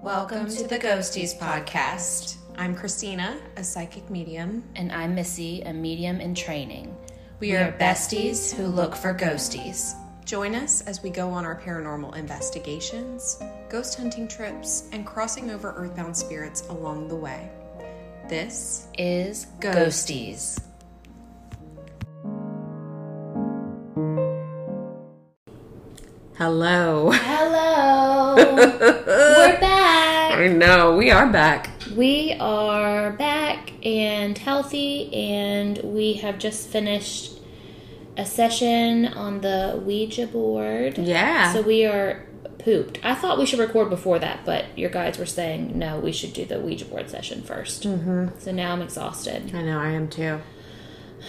Welcome to the Ghosties Podcast. I'm Christina, a psychic medium. And I'm Missy, a medium in training. We are besties who look for ghosties. Join us as we go on our paranormal investigations, ghost hunting trips, and crossing over earthbound spirits along the way. This Is Ghosties. Ghosties. Hello. Hello. We're back. I know, we are back. We are back and healthy, and we have just finished a session on the Ouija board. Yeah. So we are pooped. I thought we should record before that, but your guys were saying no, we should do the Ouija board session 1st Mm-hmm. So now I'm exhausted. I know, I am too.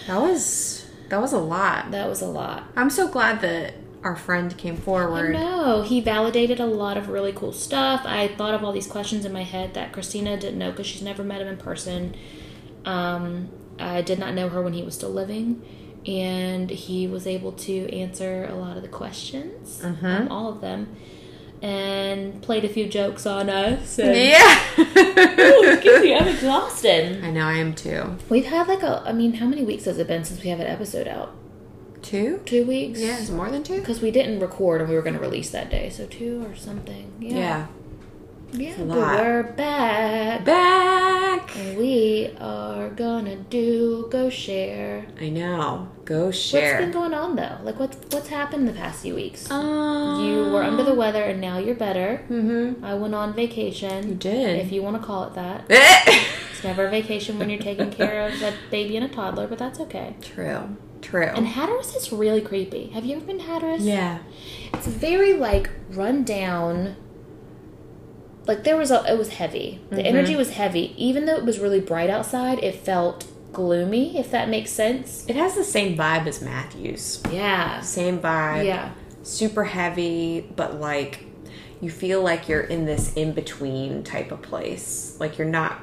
That was that was a lot. That was a lot. I'm so glad that our friend came forward. No, he validated a lot of really cool stuff. I thought of all these questions in my head that Christina didn't know because she's never met him in person. Um, I did not know her when he was still living, and he was able to answer a lot of the questions, um, all of them, and played a few jokes on us. and- Ooh, Yeah. excuse me, I'm exhausted. I know, I am too. We've had like a, I mean, how many weeks has it been since we have an episode out? Two? Two weeks? Yeah, it's more than two. Because we didn't record and we were going to release that day, so two or something. Yeah. Yeah. Yeah, a but lot. we're back. Back. And we are gonna do go share. I know. Go What's been share. going on though? Like what's what's happened the past few weeks? Um, you were under the weather and now you're better. Mm-hmm. I went on vacation. You did. If you want to call it that. Eh. It's never a vacation when you're taking care of a baby and a toddler, but that's okay. True. True. And Hatteras is really creepy. Have you ever been to Hatteras? yeah. It's very like run down. Like there was a, it was heavy. The energy was heavy. Even though it was really bright outside, it felt gloomy. If that makes sense. It has the same vibe as Matthews. Yeah. Same vibe. Yeah. Super heavy, but like you feel like you're in this in between type of place. Like you're not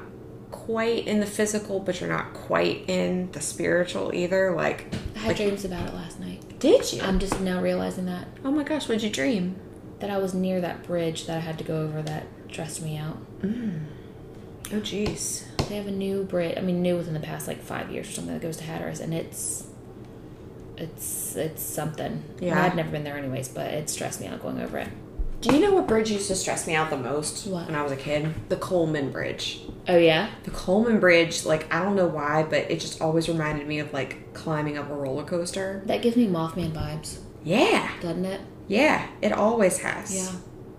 quite in the physical, but you're not quite in the spiritual either. Like, I had dreams about it last night. did you? I'm just now realizing that oh my gosh, what'd you dream? that I was near that bridge that I had to go over that stressed me out. Oh, jeez. They have a new bridge. I mean, new within the past like five years or something that goes to Hatteras, and it's it's it's something. Yeah. And I'd never been there anyways, but it stressed me out going over it. Do you know what bridge used to stress me out the most What? when I was a kid? The Coleman Bridge. Oh yeah. The Coleman Bridge, like, I don't know why, but it just always reminded me of like climbing up a roller coaster. That gives me Mothman vibes, Yeah. doesn't it? Yeah, it always has. Yeah.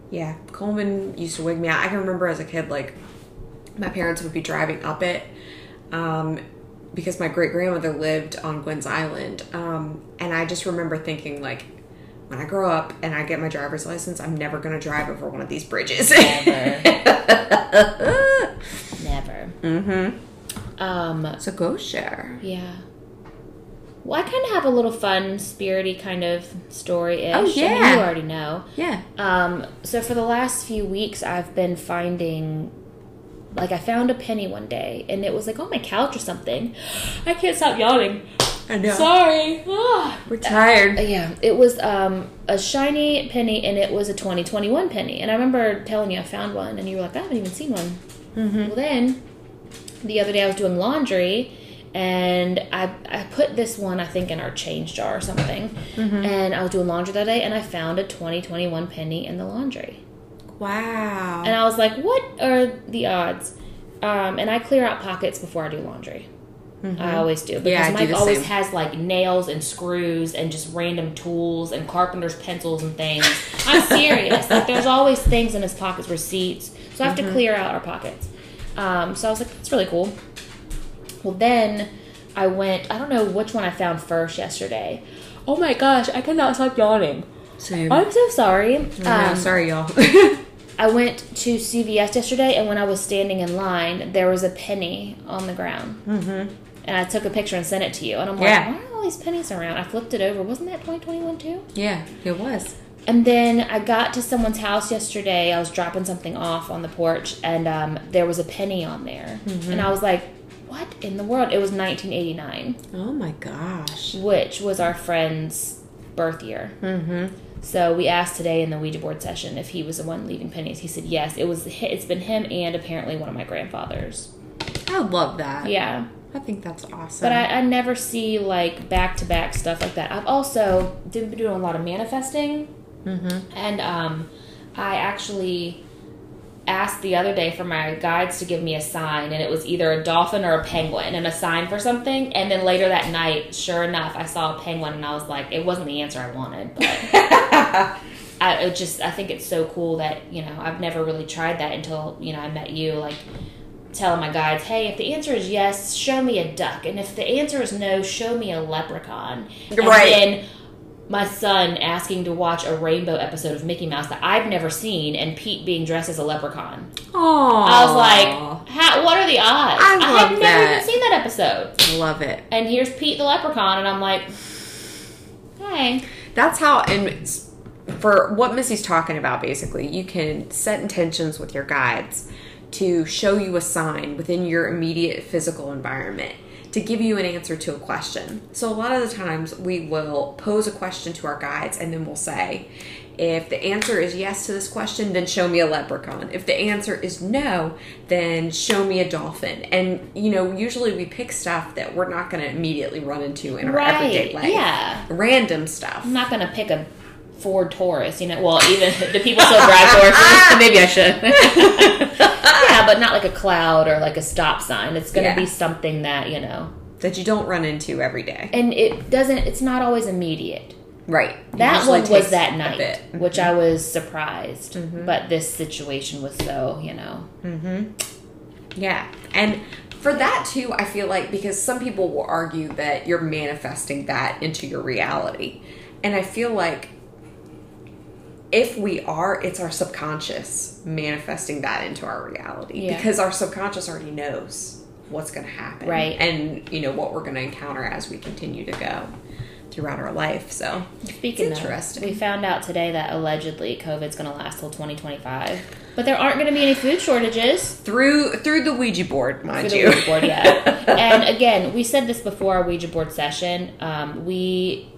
Yeah. Coleman used to wig me out. I can remember as a kid, like, my parents would be driving up it um, because my great grandmother lived on Gwen's Island. Um, and I just remember thinking, like, when I grow up and I get my driver's license, I'm never going to drive over one of these bridges. Never. mm-hmm. Um. So go share. Yeah. Well, I kind of have a little fun, spirity kind of story ish. Oh, yeah. you already know. Yeah. Um. So for the last few weeks, I've been finding. Like I found a penny one day, and it was like on my couch or something. I can't stop yawning. I know. Sorry. Ah. We're tired. Yeah, it was um, a shiny penny, and it was a 2021 penny. And I remember telling you I found one, and you were like, I haven't even seen one. Well, then the other day I was doing laundry, and I I put this one I think in our change jar or something, and I was doing laundry that day, and I found a 2021 penny in the laundry. Wow. And I was like, what are the odds? Um, and I clear out pockets before I do laundry. I always do. Because Mm-hmm. Yeah, I do Mike the always same. has like nails and screws and just random tools and carpenter's pencils and things. I'm serious. like there's always things in his pockets, receipts. So I Mm-hmm. have to clear out our pockets. Um, so I was like, that's really cool. Well, then I went, I don't know which one I found first yesterday. Oh my gosh, I cannot stop yawning. Same. I'm so sorry. I know, Um, sorry, y'all. I went to CVS yesterday, and when I was standing in line, there was a penny on the ground. Mm-hmm. And I took a picture and sent it to you. And I'm like, Yeah. why are all these pennies around? I flipped it over. Wasn't that 2021 too? yeah, it was. And then I got to someone's house yesterday. I was dropping something off on the porch, and um, there was a penny on there. And I was like, what in the world? It was 1989, Oh my gosh. which was our friend's birth year. Mm-hmm. So we asked today in the Ouija board session if he was the one leaving pennies. He said yes. It was. It's been him and apparently one of my grandfathers. I love that. Yeah. I think that's awesome. But I, I never see like back to back stuff like that. I've also been doing a lot of manifesting, mm-hmm. and um, I actually asked the other day for my guides to give me a sign, and it was either a dolphin or a penguin, and a sign for something. And then later that night, sure enough, I saw a penguin, and I was like, it wasn't the answer I wanted, but. I it just I think it's so cool that you know I've never really tried that until you know I met you like telling my guides, hey, if the answer is yes, show me a duck. And if the answer is no, show me a leprechaun. And Right. then my son asking to watch a rainbow episode of Mickey Mouse that I've never seen and Pete being dressed as a leprechaun. Aww. I was like, How, what are the odds? I love have never that. even seen that episode. love it. And here's Pete the leprechaun, and I'm like, hey. That's how, and it's- for what Missy's talking about, basically, you can set intentions with your guides to show you a sign within your immediate physical environment to give you an answer to a question. So, a lot of the times we will pose a question to our guides and then we'll say, if the answer is yes to this question, then show me a leprechaun. If the answer is no, then show me a dolphin. And, you know, usually we pick stuff that we're not going to immediately run into in our Right, everyday life. yeah. Random stuff. I'm not gonna pick a Ford Taurus, you know. Well, even the people still drive Taurus. Maybe I should. yeah, but not like a cloud or like a stop sign. It's gonna Yeah. be something that you know, that you don't run into every day. and it doesn't. It's not always immediate. Right. That Usually one was takes that a night, bit. Mm-hmm. which I was surprised. But this situation was so you know. Yeah. And for that too, I feel like because some people will argue that you're manifesting that into your reality. And I feel like if we are, it's our subconscious manifesting that into our reality Yeah. because our subconscious already knows what's going to happen. Right. And, you know, what we're going to encounter as we continue to go throughout our life. So, Speaking It's of, interesting. we found out today that allegedly COVID's going to last till 2025, but there aren't going to be any food shortages. through through the Ouija board, for mind the you. Ouija board, yeah. and again, we said this before our Ouija board session. Um, we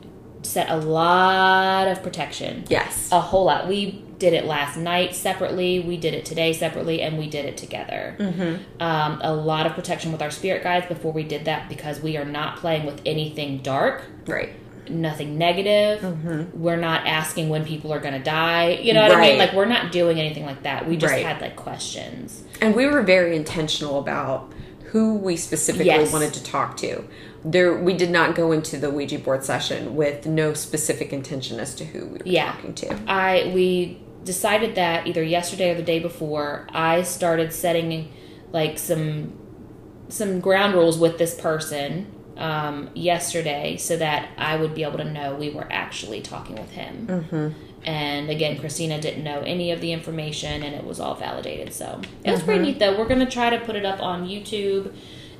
set a lot of protection, yes. a whole lot. We did it last night separately. We did it today separately, and we did it together. Mm-hmm. Um, a lot of protection with our spirit guides before we did that because we are not playing with anything dark. Right. Nothing negative. We're not asking when people are going to die. You know what I mean? Mm-hmm. Right. Like we're not doing anything like that. We just Right. had like questions. And we were very intentional about who we specifically Yes. wanted to talk to. There, we did not go into the Ouija board session with no specific intention as to who we were Yeah. talking to. I we decided that either yesterday or the day before I started setting like some some ground rules with this person um, yesterday so that I would be able to know we were actually talking with him. Mm-hmm. And again, Christina didn't know any of the information, and it was all validated. So it was pretty neat, though. We're gonna try to put it up on YouTube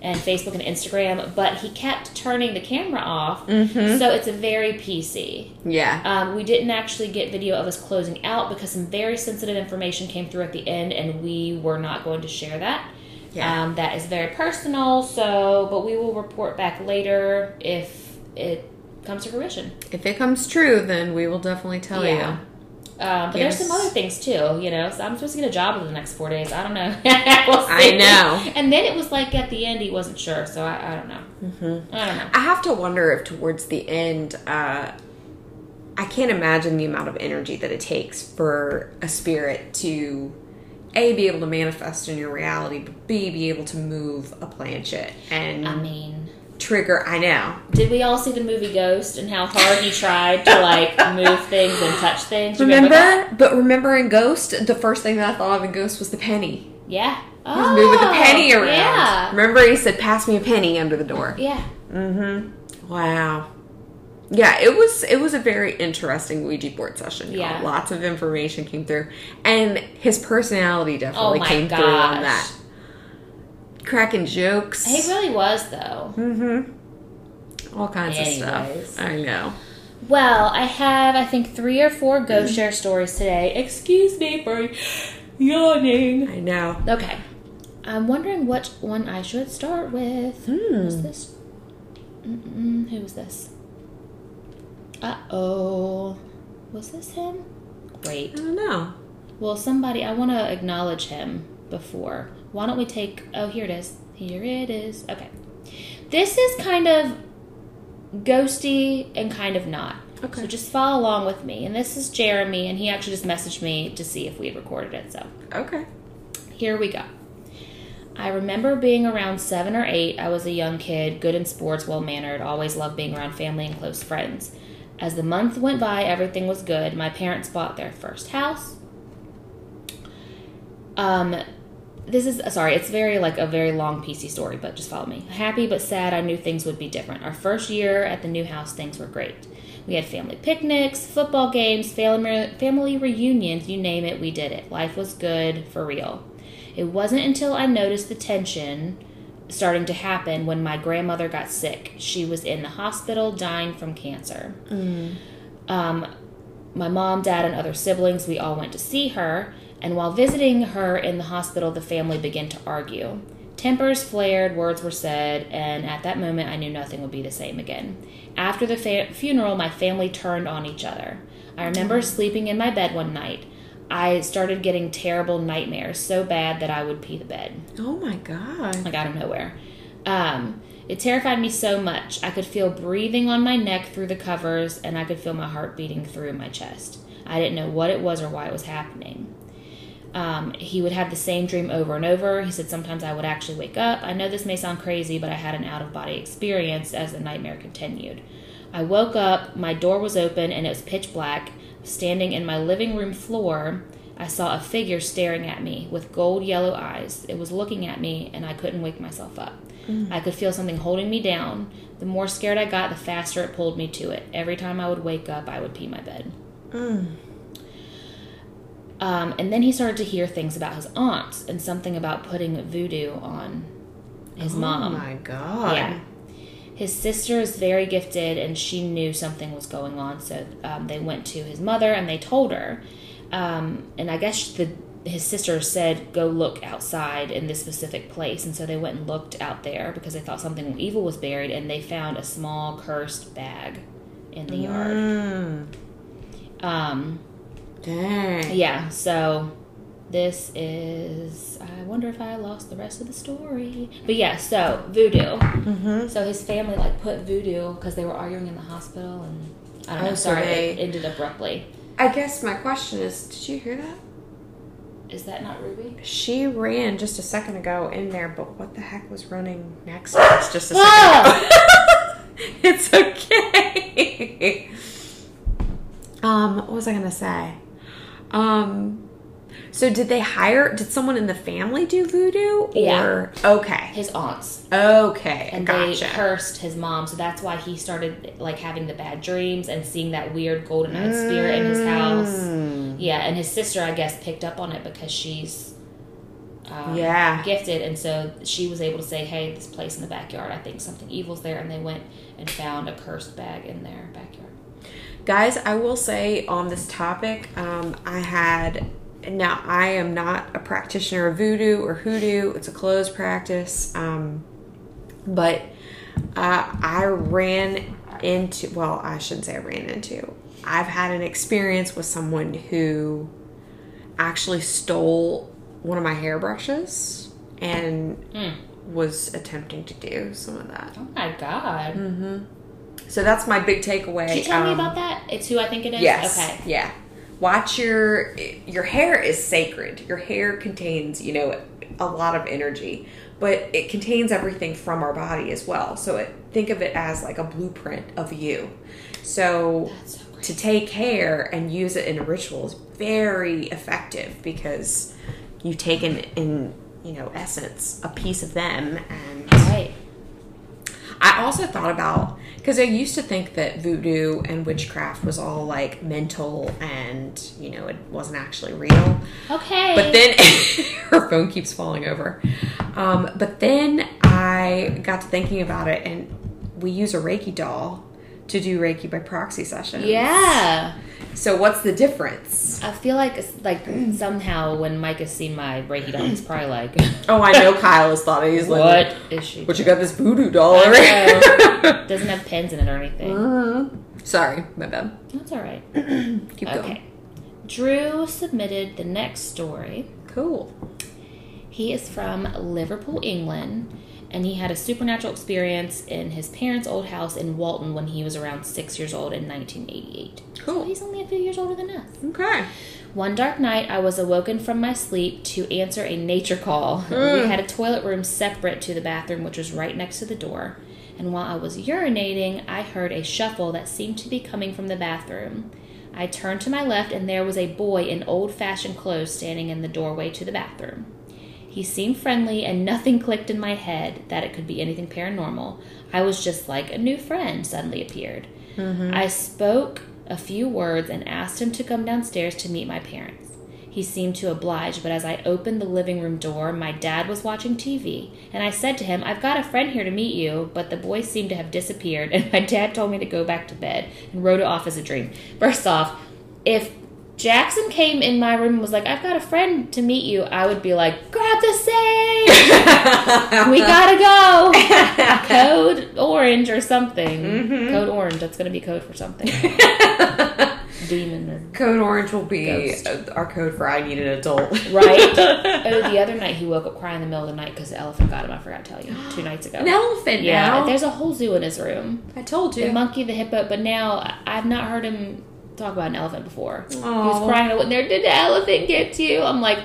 and Facebook and Instagram, but he kept turning the camera off, so it's a very PC. Yeah. Um, we didn't actually get video of us closing out because some very sensitive information came through at the end, and we were not going to share that. Yeah. Um, that is very personal. So, but we will report back later if it comes to fruition. If it comes true, then we will definitely tell Yeah. Um, but Oh, Yes. there's some other things too, you know. So I'm supposed to get a job in the next four days. I don't know. We'll I see. know. And then it was like at the end, he wasn't sure. So I, I don't know. Mm-hmm. I don't know. I have to wonder if towards the end, uh, I can't imagine the amount of energy that it takes for a spirit to a be able to manifest in your reality, but b be able to move a planchet and I mean. trigger. I know. Did we all see the movie Ghost and how hard he tried to like move things and touch things? Remember, that? but remember in Ghost, the first thing that I thought of in Ghost was the penny. Yeah. He was moving the penny Oh, around. Yeah. Remember, he said, "Pass me a penny under the door." Yeah. Mm-hmm. Wow. Yeah, it was it was a very interesting Ouija board session. y'all. Yeah. lots of information came through, and his personality definitely Oh my came through on gosh. that. Cracking jokes, Mm-hmm. He really was though. all kinds of Anyways. stuff. I know. Well, I have I think three or four ghost share stories today. Excuse me for yawning. I know. Okay. I'm wondering which one I should start with. Hmm. Who's this? Mm-mm, who is this? Uh oh. Was this him? I Wait. don't know. Well, somebody, I want to acknowledge him before. Why don't we take. Oh, here it is. Here it is. Okay. This is kind of ghosty and kind of not. Okay. So just follow along with me. And this is Jeremy, and he actually just messaged me to see if we had recorded it. So Okay. here we go. I remember being around seven or eight. I was a young kid, good in sports, well mannered, always loved being around family and close friends. As the month went by, everything was good. My parents bought their first house. Um, this is sorry, it's very like a very long PC story, but just follow me. Happy but sad, I knew things would be different. Our first year at the new house, things were great. We had family picnics, football games, family family reunions, you name it, we did it. Life was good for real. It wasn't until I noticed the tension starting to happen when my grandmother got sick. She was in the hospital dying from cancer. Um, my mom, dad, and other siblings, we all went to see her, and while visiting her in the hospital, the family began to argue. Tempers flared, words were said, and at that moment I knew nothing would be the same again. After the fa- funeral, my family turned on each other. I remember sleeping in my bed one night. I started getting terrible nightmares so bad that I would pee the bed Oh my god. like out of nowhere. Um, it terrified me so much. I could feel breathing on my neck through the covers, and I could feel my heart beating through my chest. I didn't know what it was or why it was happening. Um, he would have the same dream over and over. He said, Sometimes I would actually wake up. I know this may sound crazy, but I had an out of body experience as the nightmare continued. I woke up, my door was open, and it was pitch black. Standing in my living room floor, I saw a figure staring at me with gold yellow eyes. It was looking at me, and I couldn't wake myself up. I could feel something holding me down. The more scared I got, the faster it pulled me to it. Every time I would wake up, I would pee my bed. Mm. Um, and then he started to hear things about his aunts and something about putting voodoo on his mom. Oh my god. Yeah. His sister is very gifted, and she knew something was going on, so um, they went to his mother and they told her. Um, and I guess the his sister said, "Go look outside in this specific place," and so they went and looked out there because they thought something evil was buried, and they found a small cursed bag in the yard. Mm. Um, Dang. yeah, so this is. I wonder if I lost the rest of the story. But yeah, so voodoo. Mm-hmm. So his family like put voodoo because they were arguing in the hospital, and I don't know. Oh, so sorry, it they- ended abruptly. I guess my question is, did you hear that? Is that not Ruby? She ran just a second ago in there, but what the heck was running next? to us just a second. Whoa! ago. it's okay. Um, what was I gonna say? Um, so did they hire? Did someone in the family do voodoo? Yeah. Or okay, His aunts, okay, and gotcha. they cursed his mom, so that's why he started like having the bad dreams and seeing that weird golden-eyed spirit in his house. Mm. Yeah, and his sister, I guess, picked up on it because she's. Um, Yeah. gifted and so she was able to say hey this place in the backyard i think something evil's there and they went and found a cursed bag in their backyard guys i will say on this topic um, i had now i am not a practitioner of voodoo or hoodoo it's a closed practice um, but uh, i ran into well i shouldn't say i ran into i've had an experience with someone who actually stole one of my hairbrushes and Hmm. was attempting to do some of that oh my god so that's my big takeaway Did you tell me Um, about that? It's who I think it is? Yes. Okay. Yeah. Watch your your hair is sacred. Your hair contains, you know, a lot of energy, but it contains everything from our body as well. So it, think of it as like a blueprint of you. So That's so great. to take hair and use it in a ritual is very effective because you've taken in, you know, essence, a piece of them and Right. I also thought about because I used to think that voodoo and witchcraft was all like mental and you know it wasn't actually real. Okay. But then her phone keeps falling over. Um, but then I got to thinking about it, and we use a Reiki doll to do Reiki by proxy sessions. yeah. So what's the difference? I feel like it's like somehow when Mike has seen my Reiki doll, he's probably like, Oh, I know Kyle has thought of these. "What is she?" But you got this voodoo doll. doing?" Right? Mm. Doesn't have pins in it or anything. Sorry, my bad. That's all right. Keep Okay. Drew submitted the next story. Cool. He is from Liverpool, England, and he had a supernatural experience in his parents' old house in Walton when he was around six years old in 1988. So Cool. he's only a few years older than us. Okay. One dark night, I was awoken from my sleep to answer a nature call. We had a toilet room separate to the bathroom, which was right next to the door. And while I was urinating, I heard a shuffle that seemed to be coming from the bathroom. I turned to my left, and there was a boy in old fashioned clothes standing in the doorway to the bathroom. He seemed friendly, and nothing clicked in my head that it could be anything paranormal. I was just like a new friend suddenly appeared. I spoke a few words and asked him to come downstairs to meet my parents. He seemed to oblige, but as I opened the living room door, my dad was watching TV, and I said to him, I've got a friend here to meet you, but the boy seemed to have disappeared, and my dad told me to go back to bed and wrote it off as a dream. First off, if Jackson came in my room and was like, I've got a friend to meet you, I would be like, grab the safe! we gotta go! code orange or something. Mm-hmm. Code orange, that's gonna be code for something. Demon or Code orange will be Ghost. uh, our code for I need an adult. Right. Oh, the other night he woke up crying in the middle of the night because the elephant got him. I forgot to tell you. Two nights ago. An elephant yeah, now. there's a whole zoo in his room. I told The you. monkey, the hippo, but now I- I've not heard him talk about an elephant before. He was Aw. crying when there. Did the elephant get you? I'm like,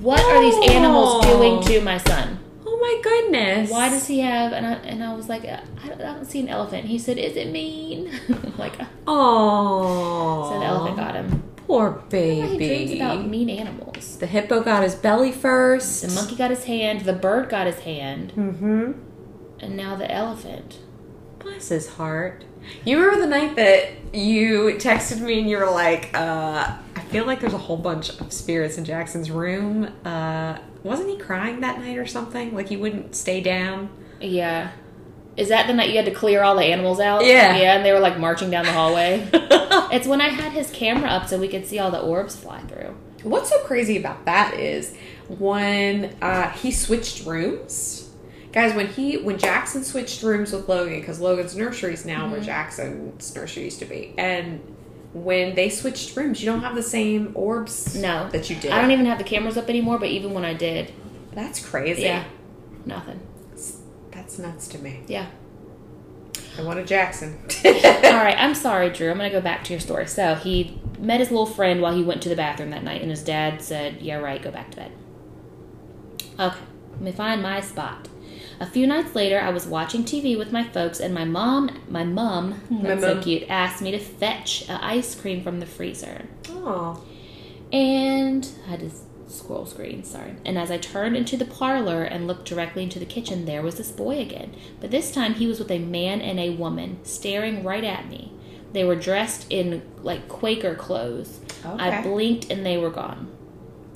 what are these animals No. doing to my son? Oh my goodness. Why does he have? And I and I was like, "Uh, I don't, I don't see an elephant. He said, is it mean? I'm like, oh. Oh. so the elephant got him. Poor Yeah, he dreams baby. about mean animals. The hippo got his belly first. The monkey got his hand. The bird got his hand. Mm-hmm. and now the elephant. Bless his heart. You remember the night that you texted me and you were like, uh, I feel like there's a whole bunch of spirits in Jackson's room. Uh, wasn't he crying that night or something? Like he wouldn't stay down? Yeah. Is that the night you had to clear all the animals out? Yeah. Yeah, and they were like marching down the hallway. it's when I had his camera up so we could see all the orbs fly through. What's so crazy about that is when uh, he switched rooms, guys. When he when Jackson switched rooms with Logan because Logan's nursery is now where Mm-hmm. Jackson's nursery used to be, and when they switched rooms, you don't have the same orbs. No. that you did. I don't even have the cameras up anymore, but even when I did, That's crazy. yeah. Nothing. That's nuts to me. Yeah. I want a Jackson. all right, I'm sorry, Drew. I'm going to go back to your story. So he met his little friend while he went to the bathroom that night, and his dad said, Yeah, right, go back to bed. Okay, let me find my spot. A few nights later, I was watching TV with my folks, and my mom, my mom, that's so mum. cute, asked me to fetch a ice cream from the freezer. oh. And I had to scroll screen, sorry. And as I turned into the parlor and looked directly into the kitchen, there was this boy again. But this time he was with a man and a woman staring right at me. They were dressed in like Quaker clothes. I Okay. blinked and they were gone.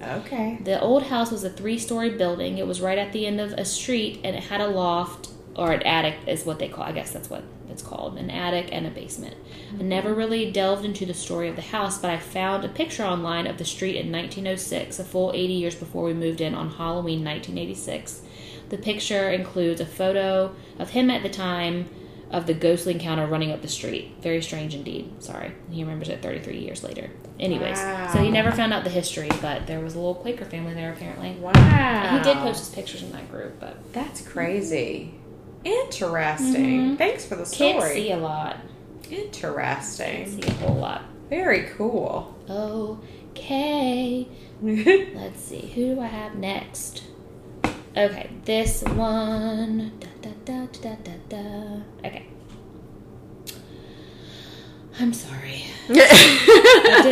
Okay. The old house was a three story building. It was right at the end of a street and it had a loft or an attic, is what they call I guess that's what it's called an attic and a basement. I never really delved into the story of the house, but I found a picture online of the street in 1906, a full 80 years before we moved in on Halloween 1986. The picture includes a photo of him at the time of the ghostly encounter running up the street. Very strange indeed. Sorry. He remembers it 33 years later. Anyways, so he Wow. never found out the history, but there was a little Quaker family there apparently. Wow. And he did post his pictures in that group, but That's crazy. Interesting. Mhm. Thanks for the can't story. see a lot. Can't Interesting. see a whole lot. Very cool. Okay. Let's see. Who do I have next? Okay, this one. Da, da, da, da, da, da. Okay. I'm sorry. I did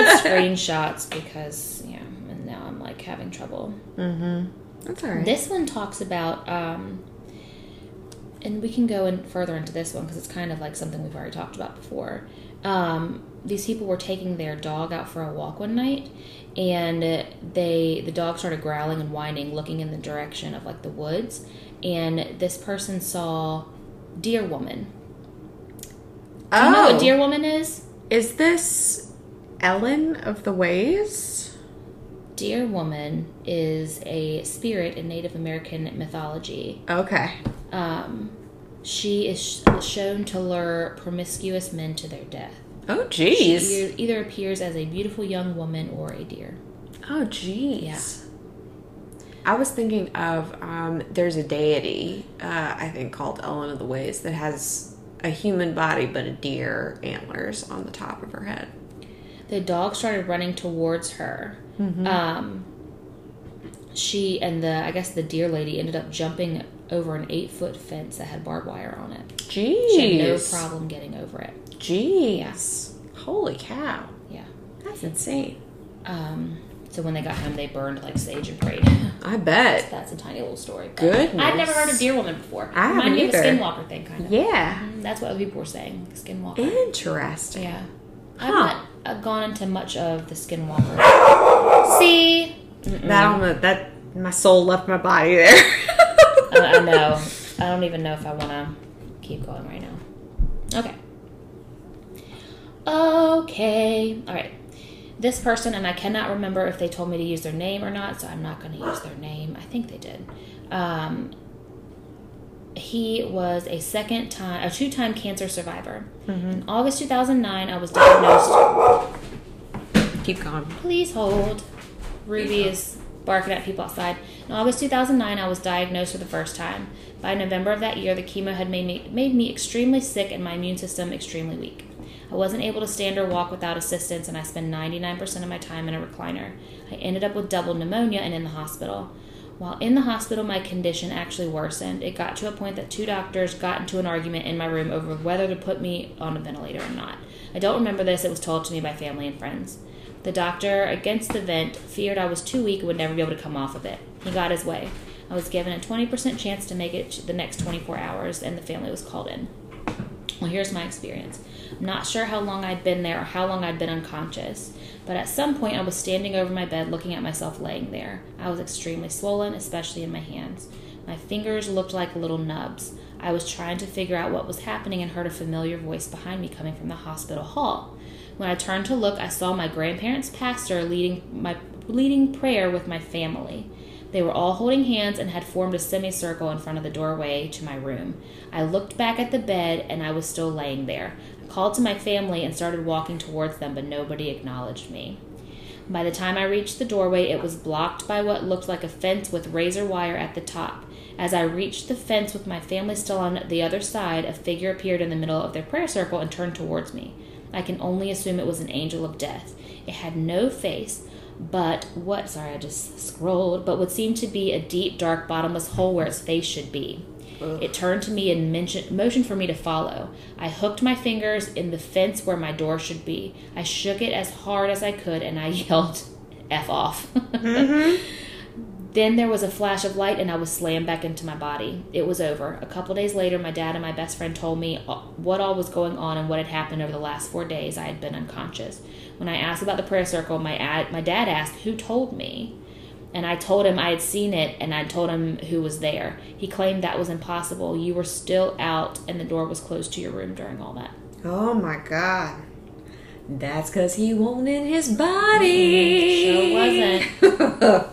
mm-hmm. screenshots because yeah, and now I'm like having trouble. That's all right. This one talks about, um, and we can go in further into this one because it's kind of like something we've already talked about before. Um, these people were taking their dog out for a walk one night, and they the dog started growling and whining, looking in the direction of like the woods, and this person saw deer woman. Do you know what deer woman is? Oh, is this Ellen of the Ways? Deer woman is a spirit in Native American mythology Okay. um, she is sh- shown to lure promiscuous men to their death. Oh, She jeez. either, either appears as a beautiful young woman or a deer. Oh, jeez. I was thinking of um, there's a deity uh, I think called Ellen of the Ways that has a human body but a deer antlers on the top of her head. The dog started running towards her. Mm-hmm. Um, she and the I guess the deer lady ended up jumping over an eight foot fence that had barbed wire on it. Jeez. She had no problem getting over it. Jeez. Holy cow. Yeah. That's insane. Um, so when they got home, they burned like sage and prayed. I bet. That's a tiny little story. but Goodness. I'd never heard of deer woman before. I haven't Reminded me of a either. skinwalker thing, kind of. Yeah. That's what other people were saying. Skinwalker. Interesting. Yeah. Huh. I've not I've gone into much of the Skinwalker. See? That almost that my soul left my body there. I, Uh, I know. I don't even know if I want to keep going right now. Okay. Okay. All right. This person, and I cannot remember if they told me to use their name or not, so I'm not going to use their name. I think they did. Um, he was a second time, a two time cancer survivor. In August 2009, I was diagnosed Keep going. Please hold. Ruby is barking at people outside. In August 2009, I was diagnosed for the first time. By November of that year, the chemo had made me, made me extremely sick and my immune system extremely weak. I wasn't able to stand or walk without assistance, and I spent 99% of my time in a recliner. I ended up with double pneumonia and in the hospital. While in the hospital, my condition actually worsened. It got to a point that two doctors got into an argument in my room over whether to put me on a ventilator or not. I don't remember this, it was told to me by family and friends. The doctor, against the vent, feared I was too weak and would never be able to come off of it. He got his way. I was given a 20% chance to make it to the next 24 hours, and the family was called in. Well, here's my experience. I'm not sure how long I'd been there or how long I'd been unconscious, but at some point I was standing over my bed looking at myself laying there. I was extremely swollen, especially in my hands. My fingers looked like little nubs. I was trying to figure out what was happening and heard a familiar voice behind me coming from the hospital hall. When I turned to look, I saw my grandparents' pastor leading my leading prayer with my family. They were all holding hands and had formed a semicircle in front of the doorway to my room. I looked back at the bed and I was still laying there. I called to my family and started walking towards them, but nobody acknowledged me. By the time I reached the doorway, it was blocked by what looked like a fence with razor wire at the top. As I reached the fence with my family still on the other side, a figure appeared in the middle of their prayer circle and turned towards me. I can only assume it was an angel of death. It had no face, but what, sorry, I just scrolled, but what seemed to be a deep, dark, bottomless hole where its face should be. It turned to me and mentioned, motioned for me to follow. I hooked my fingers in the fence where my door should be. I shook it as hard as I could and I yelled, F off. Then there was a flash of light and I was slammed back into my body. It was over. A couple days later, my dad and my best friend told me all- what all was going on and what had happened over the last four days I had been unconscious. When I asked about the prayer circle, my, ad- my dad asked, Who told me? And I told him I had seen it and I told him who was there. He claimed that was impossible. You were still out and the door was closed to your room during all that. Oh my god. That's because he wanted his body. Mm, wasn't. Yeah. Mm-hmm.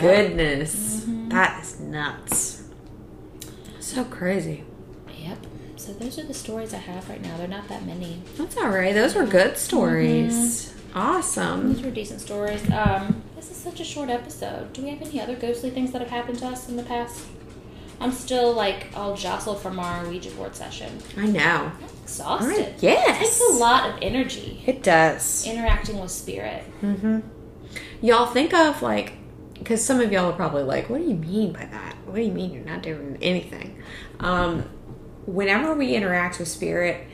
Goodness. That is nuts. So crazy. Yep. So those are the stories I have right now. They're not that many. That's all right. Those were good stories. Mm-hmm. Awesome. These were decent stories. Um, this is such a short episode. Do we have any other ghostly things that have happened to us in the past? I'm still like all jostled from our Ouija board session. I know. I'm All exhausted. right. It Yes. takes a lot of energy It does. interacting with spirit. hmm Y'all think of like, because some of y'all are probably like, what do you mean by that? What do you mean you're not doing anything? Um, whenever we interact with spirit,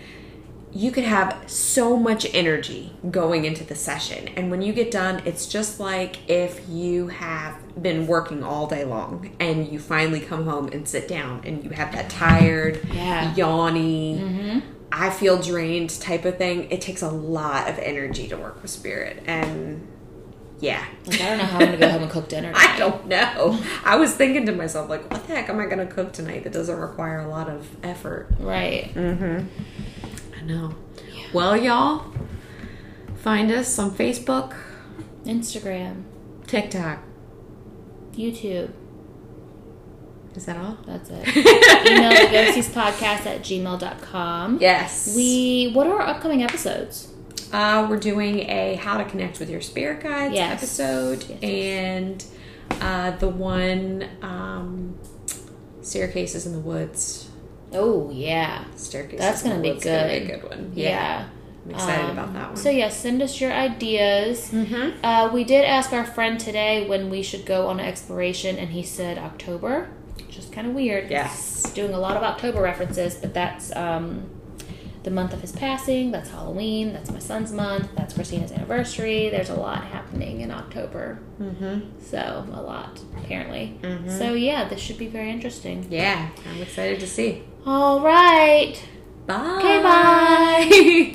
you could have so much energy going into the session. And when you get done, it's just like if you have been working all day long and you finally come home and sit down and you have that tired, Yeah. yawny, Mm-hmm. I feel drained type of thing, it takes a lot of energy to work with spirit. And yeah. Like I don't know how I'm gonna go home and cook dinner. I don't know. I was thinking to myself, like, what the heck am I going to cook tonight that doesn't require a lot of effort? Right. Mm hmm. I know. Well, y'all, find us on Facebook, Instagram, TikTok, YouTube, Is that all? That's it. Email the Ghosties Podcast at gmail.com. Yes. We what are our upcoming episodes? Uh, we're doing a how to connect with your spirit guides Yes. episode Yes, yes. and uh, the one um, staircases in the woods. Oh yeah. Staircases. That's in the gonna be woods is gonna good. a good one. Yeah, Yeah. I'm excited Um, about that one. So yeah, send us your ideas. mm-hmm. Uh, we did ask our friend today when we should go on an exploration, and he said October, which is kind of weird. Yes. doing a lot of October references, but that's um, the month of his passing. That's Halloween. That's my son's month. That's Christina's anniversary. There's a lot happening in October. Mm-hmm. So a lot apparently. Mhm. So yeah, this should be very interesting. Yeah, I'm excited to see. All right. Bye. Okay. Bye.